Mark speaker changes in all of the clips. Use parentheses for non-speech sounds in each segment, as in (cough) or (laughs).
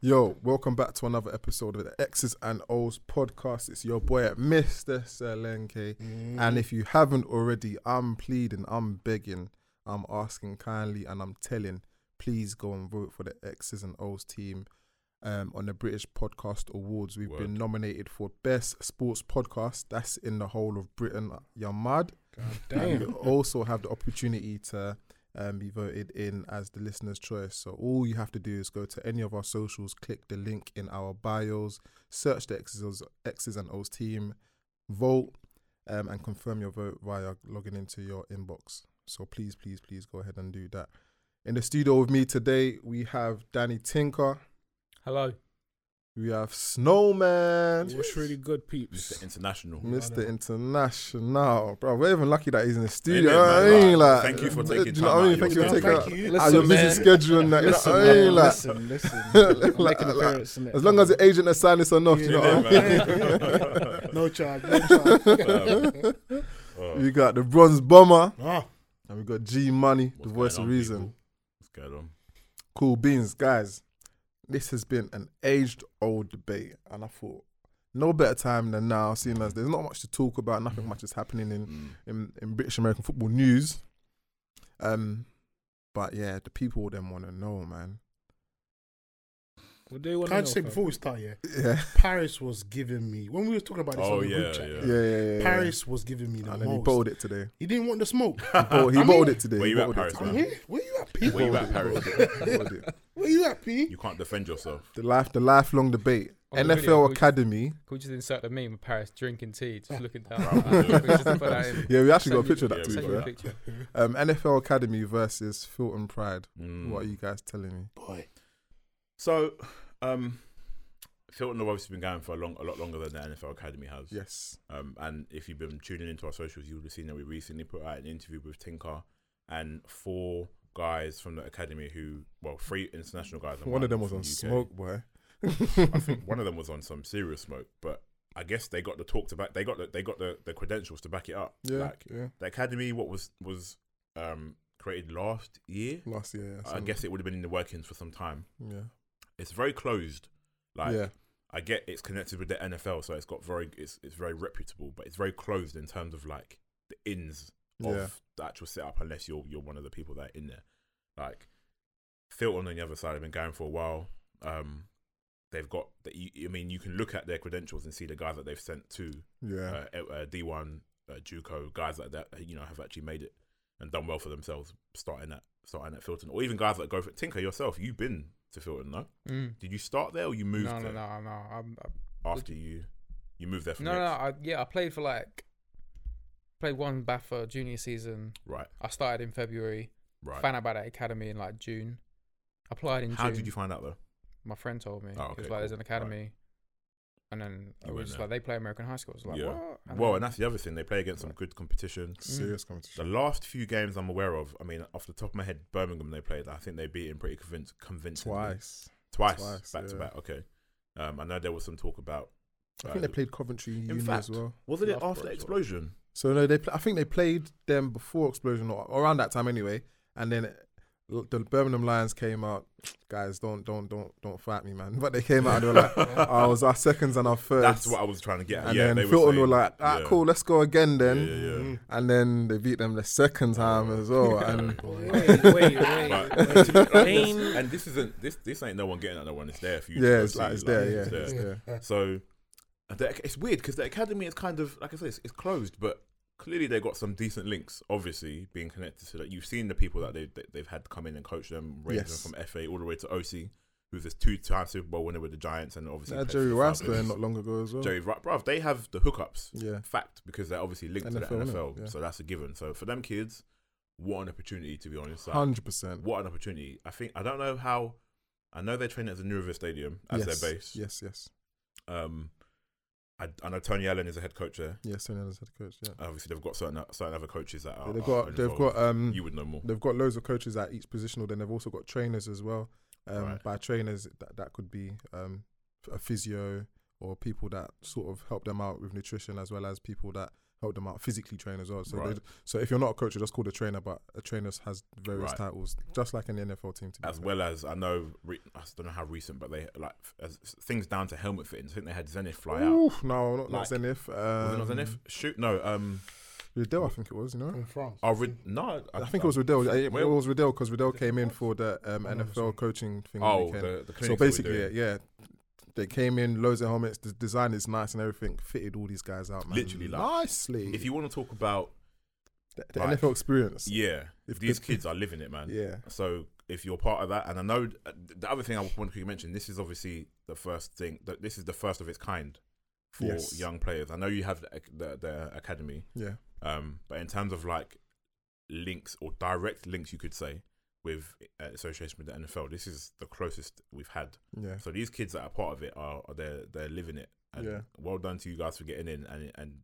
Speaker 1: Yo, welcome back to another episode of the X's and O's podcast. It's your boy, Mr. Selenke.
Speaker 2: Mm.
Speaker 1: And if you haven't already, I'm pleading, I'm begging, I'm asking kindly, and I'm telling, please go and vote for the X's and O's team um, on the British Podcast Awards. We've been nominated for Best Sports Podcast. That's in the whole of Britain. You're mad. And you also have the opportunity to um, be voted in as the listener's choice. So all you have to do is go to any of our socials, click the link in our bios, search the X's, and O's- X's and O's team, vote, um, and confirm your vote via logging into your inbox. So please, please, please go ahead and do that. In the studio with me today, we have Danny Tinker,
Speaker 3: Hello.
Speaker 1: we have Snowman,
Speaker 3: What's really good, peeps?
Speaker 4: Mr. International.
Speaker 1: Mr. International, bro. We're even lucky that he's in the studio.
Speaker 4: Amen,
Speaker 1: I
Speaker 4: man.
Speaker 1: mean, like,
Speaker 4: Thank you for
Speaker 1: do
Speaker 4: taking
Speaker 1: you
Speaker 4: time
Speaker 1: know what I
Speaker 4: out
Speaker 1: mean?
Speaker 4: of
Speaker 1: Thank you
Speaker 4: your
Speaker 1: for
Speaker 4: schedule.
Speaker 1: taking out
Speaker 2: Thank you.
Speaker 1: out your
Speaker 2: Listen,
Speaker 1: busy
Speaker 2: man.
Speaker 1: schedule and that. You know
Speaker 2: Listen,
Speaker 1: what I mean?
Speaker 2: man,
Speaker 1: Like,
Speaker 2: listen, listen.
Speaker 1: Like,
Speaker 2: I'm making
Speaker 1: like,
Speaker 2: appearance, innit?
Speaker 1: as long as the agent has signed this enough, you
Speaker 2: Yeah,
Speaker 1: know.
Speaker 4: Yeah,
Speaker 1: what I mean?
Speaker 4: man.
Speaker 2: (laughs)
Speaker 1: (laughs)
Speaker 2: no charge, no charge.
Speaker 4: (laughs) Oh,
Speaker 1: We got the bronze bomber,
Speaker 2: Ah,
Speaker 1: and we got G Money, the voice
Speaker 4: what's going
Speaker 1: of
Speaker 4: on,
Speaker 1: reason.
Speaker 4: people? What's going on?
Speaker 1: Cool beans, guys. This has been an aged-old debate, and I thought no better time than now, seeing as there's not much to talk about, nothing much is happening in
Speaker 4: Mm.
Speaker 1: in, in British American football news. Um, but yeah, the people then want to know, man.
Speaker 3: What do you want
Speaker 2: can I
Speaker 3: to
Speaker 2: just say before we start, yeah,
Speaker 1: Yeah,
Speaker 2: Paris was giving me when we were talking about this
Speaker 4: Oh,
Speaker 2: on the
Speaker 4: yeah,
Speaker 2: group chat.
Speaker 4: yeah.
Speaker 1: yeah, yeah. yeah, yeah.
Speaker 2: Paris was giving me the
Speaker 1: and then he
Speaker 2: most.
Speaker 1: bowled it (laughs) today.
Speaker 2: He didn't want the smoke.
Speaker 1: He
Speaker 4: (laughs)
Speaker 1: bowled, he
Speaker 2: I
Speaker 1: bowled
Speaker 2: mean-
Speaker 1: it today.
Speaker 4: Were
Speaker 1: He
Speaker 4: you at
Speaker 1: bowled
Speaker 4: Paris,
Speaker 1: it
Speaker 2: I'm
Speaker 1: today.
Speaker 2: here. Where you at, P?
Speaker 4: Were you at
Speaker 1: He bowled it.
Speaker 4: Paris?
Speaker 1: He bowled (laughs) it.
Speaker 2: (laughs) Where you at, P?
Speaker 4: You can't defend yourself.
Speaker 1: The life, the lifelong debate.
Speaker 4: Oh,
Speaker 3: On the
Speaker 1: NFL
Speaker 3: video, could-
Speaker 1: Academy.
Speaker 3: Could we just insert the meme of Paris drinking tea, just
Speaker 4: (laughs)
Speaker 3: looking down?
Speaker 4: Right,
Speaker 3: Could we just put that in?
Speaker 1: Yeah, we actually got a
Speaker 3: Send
Speaker 1: picture of
Speaker 4: yeah,
Speaker 1: that too.
Speaker 4: we got
Speaker 3: Send me a
Speaker 1: fair.
Speaker 4: that.
Speaker 3: picture.
Speaker 4: (laughs)
Speaker 1: Um, NFL Academy versus Fulton Pride.
Speaker 4: Mm.
Speaker 1: What are you guys telling me?
Speaker 2: Boy,
Speaker 4: So, um, Filton have obviously been going for a long, a lot longer than the NFL Academy has.
Speaker 1: Yes.
Speaker 4: Um, and if you've been tuning into our socials, you would have seen that we recently put out an interview with Tinker and four guys from the academy who, well, three international guys. and
Speaker 1: One of them was
Speaker 4: from
Speaker 1: on
Speaker 4: the UK.
Speaker 1: smoke, boy.
Speaker 4: I
Speaker 1: (laughs)
Speaker 4: think one of them was on some serious smoke, but I guess they got the talk to back. They got the they got the, the credentials to back it up.
Speaker 1: yeah,
Speaker 4: Like
Speaker 1: yeah.
Speaker 4: the academy, what was was um created last year.
Speaker 1: Last year. Yeah,
Speaker 4: I
Speaker 1: some-
Speaker 4: guess it would have been in the workings for some time.
Speaker 1: Yeah.
Speaker 4: It's very closed. Like
Speaker 1: yeah.
Speaker 4: I get it's connected with the NFL, so it's got very it's it's very reputable, but it's very closed in terms of like the ins of
Speaker 1: Yeah.
Speaker 4: the actual setup, unless you're you're one of the people that are in there. Like Filton on the other side have been going for a while. Um, they've got that. You, I mean, you can look at their credentials and see the guys that they've sent to
Speaker 1: Yeah.
Speaker 4: uh, uh, D1, uh, JUCO, guys like that. that, You know, have actually made it and done well for themselves, starting at starting at Filton, or even guys that go for Tinker yourself. You've been to Filton, no?
Speaker 3: Mm.
Speaker 4: Did you start there or you moved
Speaker 3: No,
Speaker 4: there
Speaker 3: no, no, no. I'm, I'm,
Speaker 4: after you you moved there? From
Speaker 3: no, no.
Speaker 4: Leeds?
Speaker 3: I, yeah, I played for like played one Baffer junior season.
Speaker 4: Right,
Speaker 3: I started in February.
Speaker 4: right.
Speaker 3: Found out about that academy in like June. Applied in
Speaker 4: How
Speaker 3: June.
Speaker 4: did you find out though?
Speaker 3: My friend told me.
Speaker 4: Oh,
Speaker 3: it was
Speaker 4: okay,
Speaker 3: like there's
Speaker 4: cool.
Speaker 3: an academy, and then
Speaker 4: You
Speaker 3: it
Speaker 4: went
Speaker 3: was just
Speaker 4: there.
Speaker 3: like they play American high schools. I was Like
Speaker 4: Yeah.
Speaker 3: what?
Speaker 4: Well,
Speaker 3: then-
Speaker 4: and that's the other thing. They play against some good competition.
Speaker 1: Serious
Speaker 4: The
Speaker 1: competition.
Speaker 4: last few games I'm aware of, I mean, off the top of my head, Birmingham they played. I think they beat him pretty convinc- convincingly.
Speaker 1: Twice.
Speaker 4: Twice,
Speaker 1: Twice,
Speaker 4: back to
Speaker 1: yeah.
Speaker 4: back. Okay. Um, I know there was some talk about.
Speaker 1: I
Speaker 4: uh,
Speaker 1: think they played Coventry Union as
Speaker 4: fact-
Speaker 1: well.
Speaker 4: Wasn't it
Speaker 3: Loughborough
Speaker 4: after
Speaker 3: as well.
Speaker 4: explosion?
Speaker 1: So no, they. Pl- I think they played them before Explosion or or around that time anyway. And then it- l- the Birmingham Lions came out. Guys, don't don't don't don't fight me, man. (laughs) But they came out and they were like,
Speaker 4: (laughs)
Speaker 1: "I was our seconds and our thirds.
Speaker 4: That's what I was trying to get. At.
Speaker 1: And
Speaker 4: yeah,
Speaker 1: then
Speaker 4: they
Speaker 1: Filton were,
Speaker 4: saying-
Speaker 1: like, "Ah,
Speaker 4: yeah.
Speaker 1: cool, let's go again
Speaker 4: Yeah, Oh,
Speaker 1: then."
Speaker 4: yeah, yeah.
Speaker 2: Mm-hmm.
Speaker 1: And then they beat them the second time as
Speaker 4: (laughs)
Speaker 1: well. And (laughs)
Speaker 2: boy.
Speaker 3: wait, wait, wait.
Speaker 4: But- and to be- like, this- and this isn't this this ain't no one getting at no one. It's there for you. to
Speaker 1: yeah,
Speaker 4: go
Speaker 1: it's
Speaker 4: see,
Speaker 1: like it's there.
Speaker 4: it's
Speaker 1: Yeah, it's there.
Speaker 4: So the, it's weird because the academy is kind of like I say, it's, it's closed, but clearly they got some decent links. Obviously, being connected to that, you've seen the people that they, they they've had come in and coach them, ranging
Speaker 1: Yes.
Speaker 4: from FA all the way to OC, who's this two-time Super Bowl winner with the Giants, and obviously
Speaker 1: Yeah,
Speaker 4: played
Speaker 1: Jerry
Speaker 4: for
Speaker 1: Rice
Speaker 4: Falcons.
Speaker 1: there not long ago as well.
Speaker 4: Jerry Rice, bruv, they have the hookups.
Speaker 1: Yeah,
Speaker 4: Fact, because they're obviously linked to the
Speaker 1: NFL, innit?
Speaker 4: NFL,
Speaker 1: Yeah.
Speaker 4: so that's a given. So for them kids, what an opportunity to be honest. Like,
Speaker 1: hundred percent.
Speaker 4: what an opportunity! I think I don't know how. I know they're training at the New River Stadium as
Speaker 1: yes.
Speaker 4: their base.
Speaker 1: Yes, yes,
Speaker 4: Um, I, I know Tony Allen is a head coach there.
Speaker 1: yes. Tony Allen's head coach. Yeah,
Speaker 4: Obviously, they've got certain certain other coaches that are.
Speaker 1: they've
Speaker 4: are
Speaker 1: got they've
Speaker 4: involved.
Speaker 1: got um
Speaker 4: you would know more.
Speaker 1: they've got loads of coaches at each positional. Then they've also got trainers as well. Um,
Speaker 4: Right.
Speaker 1: By trainers, that, that could be um, a physio or people that sort of help them out with nutrition, as well as people that help them out, physically train as well. So
Speaker 4: Right.
Speaker 1: they, so if you're not a coach, you're just called a trainer, but a trainer has various
Speaker 4: Right.
Speaker 1: titles, just like in the NFL team. To be
Speaker 4: as
Speaker 1: fair.
Speaker 4: well as I know. Re- I don't know how recent, but they like f- as things down to helmet fittings. I think they had Zenith fly out.
Speaker 1: Oof, no, not,
Speaker 4: Like-
Speaker 1: not Zenith. Um,
Speaker 4: Was it not Zenith? Shoot, no. Um,
Speaker 1: Riddell, I think it was. You know,
Speaker 2: From France.
Speaker 4: oh, Rid- no.
Speaker 1: I think it was Riddell. It, it
Speaker 4: Well-
Speaker 1: was Riddell because Riddell came in for the um,
Speaker 2: no,
Speaker 1: NFL
Speaker 2: sorry.
Speaker 1: coaching thing. on the
Speaker 4: Oh,
Speaker 1: weekend. so
Speaker 4: the, the clinics that we're
Speaker 1: basically, yeah,
Speaker 4: doing.
Speaker 1: yeah, they came in loads of helmets. The design is nice and everything. Fitted all these guys out, man.
Speaker 4: Literally, like,
Speaker 1: nicely.
Speaker 4: If you want to talk about
Speaker 1: the, the
Speaker 4: like-
Speaker 1: NFL experience,
Speaker 4: yeah,
Speaker 1: If
Speaker 4: these
Speaker 1: the-
Speaker 4: kids are living it, man.
Speaker 1: yeah,
Speaker 4: So if you're part of that, and I know uh, the other thing I want to mention, this is obviously the first thing that this is the first of its kind for
Speaker 1: Yes.
Speaker 4: young players. I know you have the, ac- the, the academy,
Speaker 1: yeah.
Speaker 4: um, but in terms of like links or direct links, you could say with uh, association with the NFL, this is the closest we've had.
Speaker 1: Yeah.
Speaker 4: So these kids that are part of it are, are they're they're living it. And
Speaker 1: Yeah.
Speaker 4: Well done to you guys for getting in and and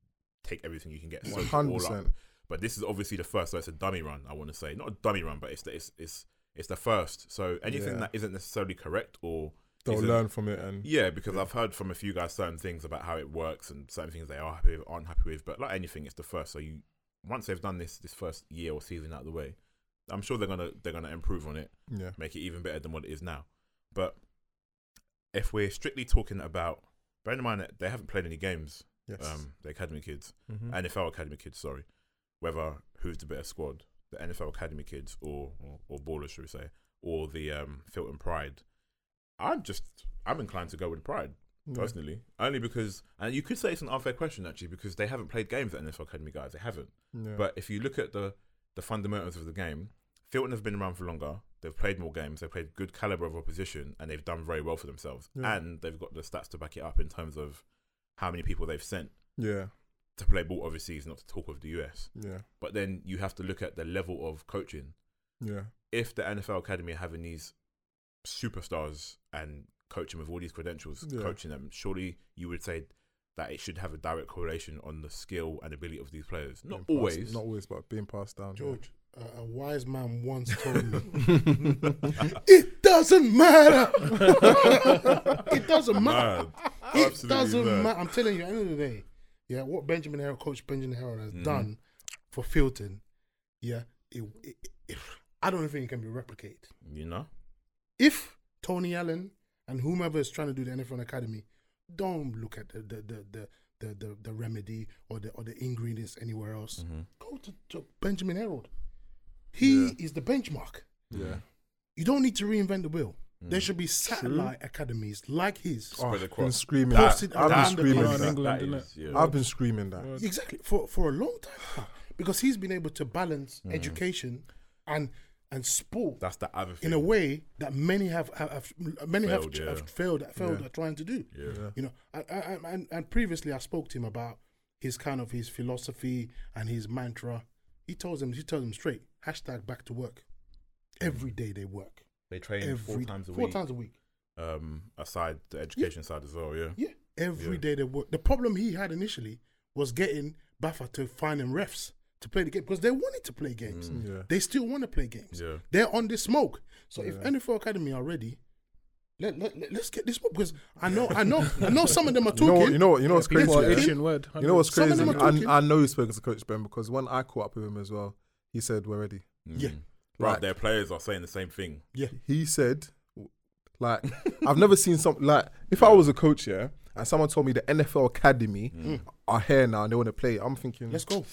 Speaker 4: take everything you can get. soak it all
Speaker 1: Hundred
Speaker 4: up.
Speaker 1: percent.
Speaker 4: But this is obviously the first, so it's a dummy run. I want to say not a dummy run, but it's the, it's it's it's the first. So anything
Speaker 1: Yeah.
Speaker 4: that isn't necessarily correct or
Speaker 1: They'll
Speaker 4: is it-
Speaker 1: learn from it, and
Speaker 4: yeah, because I've heard from a few guys certain things about how it works and certain things they are happy with, aren't happy with. But like anything, it's the first. So you once they've done this this first year or season out of the way, I'm sure they're gonna they're gonna improve on it,
Speaker 1: yeah,
Speaker 4: make it even better than what it is now. But if we're strictly talking about, bear in mind that they haven't played any games,
Speaker 1: yes.
Speaker 4: um, the academy kids.
Speaker 1: Mhm.
Speaker 4: NFL Academy kids, sorry, whether who's the better squad, the NFL Academy kids or or, or ballers, should we say, or the um, Filton Pride. I'm just I'm inclined to go with Pride
Speaker 1: Yeah.
Speaker 4: personally, only because and you could say it's an unfair question actually because they haven't played games at NFL Academy guys, they haven't.
Speaker 1: Yeah.
Speaker 4: But if you look at the the fundamentals of the game, Filton have been around for longer. They've played more games. They've played good caliber of opposition, and they've done very well for themselves.
Speaker 1: Yeah.
Speaker 4: And they've got the stats to back it up in terms of how many people they've sent
Speaker 1: yeah,
Speaker 4: to play ball overseas, not to talk of the US.
Speaker 1: yeah,
Speaker 4: But then you have to look at the level of coaching.
Speaker 1: yeah,
Speaker 4: If the NFL Academy are having these superstars and coaching with all these credentials,
Speaker 1: Yeah.
Speaker 4: coaching them, surely you would say that it should have a direct correlation on the skill and ability of these players. Not
Speaker 1: Being passed- (laughs)
Speaker 4: always.
Speaker 1: not always, but being passed down. yeah. Ah,
Speaker 2: George, a- a wise man once told me, it doesn't matter. (laughs) it doesn't matter.
Speaker 4: Mad.
Speaker 2: It
Speaker 4: Absolutely
Speaker 2: doesn't
Speaker 4: mad.
Speaker 2: matter. I'm telling you, at the end of the day, yeah, what Benjamin Harrell, Coach Benjamin Harrell has done for Filton, yeah, it, it, it, I don't think it can be replicated.
Speaker 4: You know?
Speaker 2: If Tony Allen and whomever is trying to do the NFL Academy, don't look at the the the the, the, the, the remedy or the or the ingredients anywhere else. Go to, to Benjamin Harold. He
Speaker 1: Yeah.
Speaker 2: is the benchmark.
Speaker 1: Yeah.
Speaker 2: You don't need to reinvent the wheel.
Speaker 4: Mm.
Speaker 2: There should be satellite academies like his.
Speaker 1: Oh,
Speaker 4: Spread
Speaker 1: I've been
Speaker 4: across.
Speaker 1: screaming.
Speaker 2: That-
Speaker 1: I've been
Speaker 2: that-
Speaker 1: screaming
Speaker 2: that-
Speaker 1: that.
Speaker 4: That
Speaker 5: England,
Speaker 4: is, yeah.
Speaker 1: I've been screaming that.
Speaker 2: Exactly for for a long time now, because he's been able to balance
Speaker 4: Mm.
Speaker 2: education and and sport
Speaker 4: That's the other thing.
Speaker 2: in a way that many have have, have many
Speaker 4: Failed,
Speaker 2: have,
Speaker 4: yeah.
Speaker 2: have failed at failed
Speaker 1: Yeah.
Speaker 2: at trying to do.
Speaker 4: Yeah.
Speaker 2: You know, I, I, I- and and previously I spoke to him about his kind of his philosophy and his mantra. He tells him he tells him straight hashtag back to work. Every day they work.
Speaker 4: They train
Speaker 2: Every
Speaker 4: Mm. four times a
Speaker 2: four
Speaker 4: week.
Speaker 2: times a week.
Speaker 4: Um, aside the education side as well, yeah.
Speaker 2: Yeah, every
Speaker 4: Yeah.
Speaker 2: day they work. The problem he had initially was getting Baffa to find him refs to play the game because they wanted to play games.
Speaker 1: Yeah.
Speaker 2: They still want to play games.
Speaker 4: Yeah.
Speaker 2: They're on this smoke. So if
Speaker 1: Yeah.
Speaker 2: NFL Academy are ready, let, let, let, us get this smoke because I know I know I know some of them are
Speaker 1: You
Speaker 2: talking.
Speaker 1: know what? You know what? You know what's crazy?
Speaker 5: People are
Speaker 1: yeah?
Speaker 5: itching word.
Speaker 1: You know what's
Speaker 2: Some of
Speaker 1: crazy?
Speaker 2: them are talking.
Speaker 1: I, I know he's spoken to Coach Ben because when I caught up with him as well, he said we're ready.
Speaker 2: Yeah.
Speaker 4: Mm. Right,
Speaker 1: Like-
Speaker 4: their players are saying the same thing.
Speaker 2: Yeah.
Speaker 1: He said,
Speaker 2: (laughs)
Speaker 1: like, I've never seen something like if I was a coach, yeah, and someone told me the NFL
Speaker 4: Mm.
Speaker 1: Academy are here now and they want to play, I'm thinking,
Speaker 2: Let's go.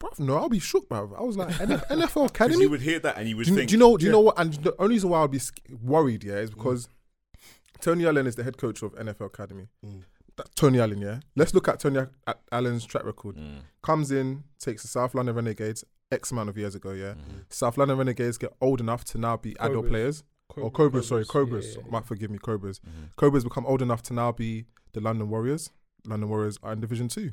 Speaker 1: bruv, no, I'll be shook, bruv. I was like,
Speaker 2: (laughs)
Speaker 1: NFL
Speaker 4: Because
Speaker 1: Academy.
Speaker 4: you would hear that and you would
Speaker 1: do, you-
Speaker 4: think,
Speaker 1: do you know? Do you
Speaker 2: Yeah. Mm.
Speaker 1: know what? And the only reason why I'd be sc- worried, yeah, is because Tony Allen is the head coach of NFL Academy.
Speaker 2: Mm.
Speaker 1: That- Tony Allen, yeah. Let's look at Tony A- Allen's track record.
Speaker 4: Mm.
Speaker 1: Comes in, takes the South London Renegades X amount of years ago, yeah.
Speaker 4: Mm.
Speaker 1: South London Renegades get old enough to now be adult
Speaker 3: Cobras.
Speaker 1: players. or Cobras, sorry, Cobras. Might forgive me, Cobras.
Speaker 4: Mm.
Speaker 1: Cobras become old enough to now be the London Warriors. London Warriors are in Division Two.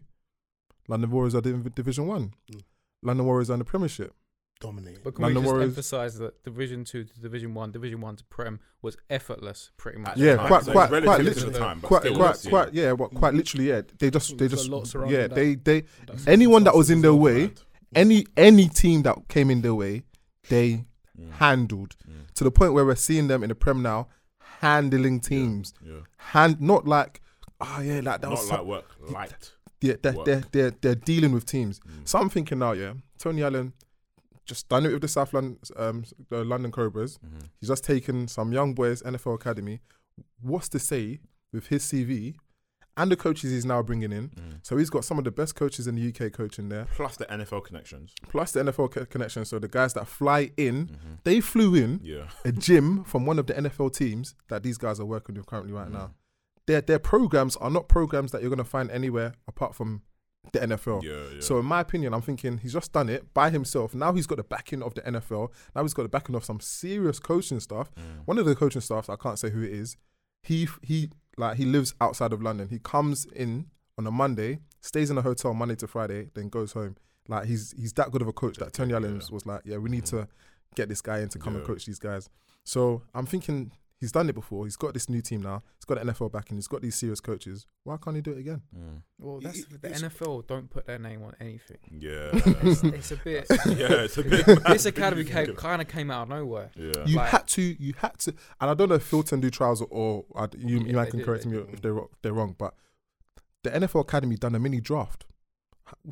Speaker 1: London Warriors are in Division One.
Speaker 2: Mm.
Speaker 1: London Warriors are in the Premiership.
Speaker 2: Dominate.
Speaker 3: But can
Speaker 1: London
Speaker 3: we just
Speaker 1: Warriors-
Speaker 3: emphasise that Division Two to Division One, Division One to Prem was effortless, pretty much.
Speaker 4: At the
Speaker 1: Yeah,
Speaker 4: time.
Speaker 1: quite-
Speaker 4: So it's
Speaker 1: quite-
Speaker 4: relative
Speaker 1: quite
Speaker 4: to the
Speaker 1: literally-
Speaker 4: time, but
Speaker 1: quite,
Speaker 4: still,
Speaker 1: quite,
Speaker 4: yeah.
Speaker 1: quite, yeah, well, quite literally, yeah. They just, they
Speaker 5: Mm-hmm. There's a
Speaker 1: just,
Speaker 5: lot surrounding
Speaker 1: yeah,
Speaker 5: that.
Speaker 1: they, they,
Speaker 5: That's-
Speaker 1: anyone that
Speaker 5: that's-
Speaker 1: was in their way, any, any team that came in their way, they
Speaker 4: Mm.
Speaker 1: handled to the point where we're seeing them in the prem now, handling teams,
Speaker 4: Yeah.
Speaker 1: hand, not like, oh yeah, like that
Speaker 4: Not
Speaker 1: was
Speaker 4: like
Speaker 1: some-
Speaker 4: work, light.
Speaker 1: they're, they're,
Speaker 4: Work.
Speaker 1: they're, they're, they're dealing with teams.
Speaker 4: Mm.
Speaker 1: So I'm thinking now, yeah, Tony Allen just done it with the South London, um, the London Cobras.
Speaker 4: Mhm.
Speaker 1: He's just taken some young boys, NFL Academy. What's to say with his CV and the coaches he's now bringing in?
Speaker 4: Mm.
Speaker 1: So he's got some of the best coaches in the UK coaching there,
Speaker 4: Plus the NFL connections.
Speaker 1: plus the NFL co- connection. So the guys that fly in,
Speaker 4: Mhm.
Speaker 1: they flew in
Speaker 4: Yeah.
Speaker 1: a gym from one of the NFL teams that these guys are working with currently right
Speaker 4: Mhm.
Speaker 1: now. Their their programs are not programs that you're gonna find anywhere apart from the NFL.
Speaker 4: Yeah, yeah.
Speaker 1: So in my opinion, I'm thinking he's just done it by himself. Now he's got the backing of the NFL. Now he's got the backing of some serious coaching staff.
Speaker 4: Mm.
Speaker 1: One of the coaching staffs, I can't say who it is. He he like he lives outside of London. He comes in on a Monday, stays in a hotel Monday to Friday, then goes home. Like he's he's that good of a coach that Tony Allen
Speaker 4: Yeah. Mm.
Speaker 1: was like, yeah, we need to get this guy in to come and
Speaker 4: Yeah.
Speaker 1: coach these guys. So I'm thinking he's done it before. He's got this new team now. He's got an NFL backing. He's got these serious coaches. Why can't he do it again?
Speaker 4: Mm.
Speaker 3: Well, that's
Speaker 2: it-
Speaker 3: the
Speaker 2: it's-
Speaker 3: NFL don't put their name on
Speaker 1: (laughs)
Speaker 3: anything.
Speaker 4: Yeah.
Speaker 3: It's a bit.
Speaker 4: (laughs) yeah, it's a bit.
Speaker 3: (laughs)
Speaker 4: (laughs)
Speaker 3: this academy came, kind of came out of nowhere.
Speaker 4: Yeah.
Speaker 1: You
Speaker 3: Like-
Speaker 1: had to, you had to, and I don't know if Filton do trials or, or I- you,
Speaker 3: Yeah,
Speaker 1: you might
Speaker 3: they
Speaker 1: can
Speaker 3: do,
Speaker 1: correct
Speaker 3: they
Speaker 1: me
Speaker 2: do.
Speaker 1: if they're wrong- they're wrong, but the NFL Academy done a mini draft.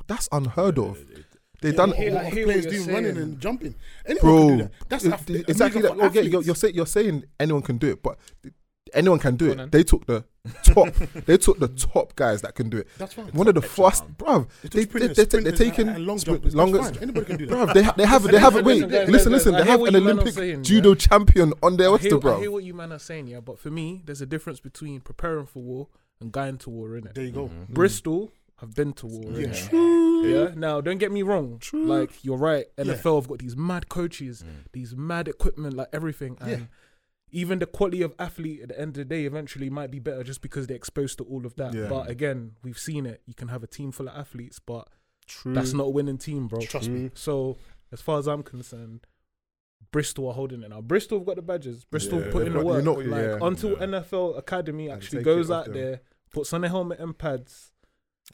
Speaker 1: That's unheard of.
Speaker 4: It- it-
Speaker 1: They done
Speaker 3: Yeah,
Speaker 2: All
Speaker 3: I
Speaker 2: of
Speaker 3: hear what
Speaker 2: players
Speaker 3: you're
Speaker 2: doing running
Speaker 3: saying.
Speaker 2: and jumping. Anyone
Speaker 1: Bro,
Speaker 2: can do that. That's
Speaker 1: it-
Speaker 2: ath-
Speaker 1: it-
Speaker 2: amazing
Speaker 1: exactly
Speaker 2: for
Speaker 1: that. Okay,
Speaker 2: athletes.
Speaker 1: you're, you're, say, you're saying anyone can do it, but th- anyone can do it.
Speaker 3: Go on then.
Speaker 1: They took the
Speaker 3: (laughs)
Speaker 1: top, (laughs) they took the top guys that can do it.
Speaker 2: That's fine.
Speaker 1: One of the
Speaker 4: top
Speaker 1: fast,
Speaker 4: echelon.
Speaker 1: bruv. They,
Speaker 2: They took
Speaker 1: they, they,
Speaker 2: sprinters,
Speaker 1: they, are
Speaker 2: sprinters
Speaker 1: taking
Speaker 2: and- and long
Speaker 1: spr-
Speaker 2: jumpers. That's
Speaker 1: longest.
Speaker 2: fine. Anybody can do that.
Speaker 1: Bruv, they, ha- they have, they have,
Speaker 3: Listen,
Speaker 1: wait,
Speaker 3: listen, guys,
Speaker 1: listen,
Speaker 3: guys,
Speaker 1: listen,
Speaker 3: I
Speaker 1: they
Speaker 3: hear
Speaker 1: have
Speaker 3: what
Speaker 1: an
Speaker 3: you man are
Speaker 1: Olympic
Speaker 3: saying,
Speaker 1: judo
Speaker 3: yeah.
Speaker 1: champion on their
Speaker 5: I
Speaker 1: roster,
Speaker 5: hear, I
Speaker 1: bro.
Speaker 5: hear what you man are saying, yeah, but for me, there's a difference between preparing for war and going to war, innit?
Speaker 2: There you go.
Speaker 4: Mhm.
Speaker 5: Bristol have been to war,
Speaker 2: Yeah.
Speaker 5: innit?
Speaker 2: Hmm. True.
Speaker 5: Yeah. Now, don't get me wrong.
Speaker 2: True.
Speaker 5: Like you're right.
Speaker 2: Yeah. Hmm.
Speaker 5: NFL have got these mad coaches,
Speaker 4: Mm.
Speaker 5: these mad equipment, like everything, and
Speaker 2: Yeah.
Speaker 5: even the quality of athlete at the end of the day eventually might be better just because they're exposed to all of that.
Speaker 1: Yeah.
Speaker 5: But again, we've seen it. You can have a team full of athletes, but
Speaker 2: Hmm.
Speaker 5: that's not a winning team, bro.
Speaker 2: Trust me.
Speaker 5: So as far as I'm concerned, Bristol are holding it now. Bristol have got the badges. Bristol
Speaker 4: Yeah.
Speaker 5: put in the
Speaker 1: But
Speaker 5: work.
Speaker 1: you're not-
Speaker 5: like
Speaker 1: yeah.
Speaker 5: until
Speaker 4: Yeah.
Speaker 5: NFL Academy
Speaker 1: And
Speaker 5: actually
Speaker 1: take
Speaker 5: goes
Speaker 1: it off
Speaker 5: out
Speaker 1: them.
Speaker 5: there, puts on a helmet and pads,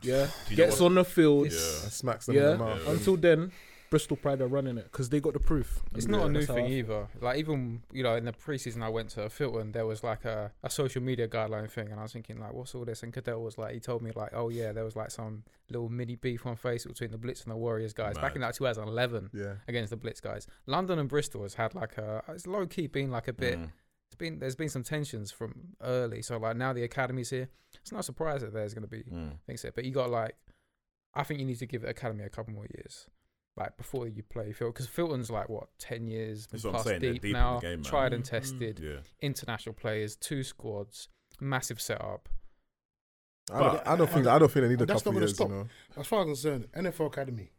Speaker 5: yeah,
Speaker 4: Do you know
Speaker 5: gets
Speaker 4: what- Mm.
Speaker 5: on the field.
Speaker 3: It's-
Speaker 1: That smacks them
Speaker 5: Yeah.
Speaker 1: in the mouth.
Speaker 4: Yeah.
Speaker 5: Until then, Bristol Pride are running it because they got the proof.
Speaker 3: It's
Speaker 5: And
Speaker 3: not a new
Speaker 5: that's how I
Speaker 3: thing
Speaker 5: feel.
Speaker 3: either. Like even you know in the preseason I went to a filter and there was like a, a social media guideline thing and I was thinking like what's all this and Cadell was like he told me like oh yeah there was like some little mini beef on Facebook between the Blitz and the Warriors guys back in like 2011
Speaker 1: yeah.
Speaker 3: against the Blitz guys. London and Bristol has had like a it's low key been like a bit
Speaker 4: Mm.
Speaker 3: it's been there's been some tensions from early so like now the academy's here it's no surprise that there's going to be
Speaker 4: Mm.
Speaker 3: things there but you got like i think you need to give the academy a couple more years like before you play Phil, because Filton's like what ten years
Speaker 4: That's what I'm
Speaker 3: past
Speaker 4: saying, they're
Speaker 3: deep,
Speaker 4: deep in the
Speaker 3: now,
Speaker 4: game, man.
Speaker 3: tried and
Speaker 2: Mm,
Speaker 5: Mhm.
Speaker 3: tested,
Speaker 4: Yeah.
Speaker 3: international players, two squads, massive setup.
Speaker 2: (laughs)
Speaker 1: I don't,
Speaker 4: But-
Speaker 1: I don't think I don't think they need a
Speaker 2: That's
Speaker 1: couple
Speaker 2: not gonna
Speaker 1: years. You
Speaker 2: stop.
Speaker 1: know,
Speaker 2: As far as I'm concerned, NFL Academy.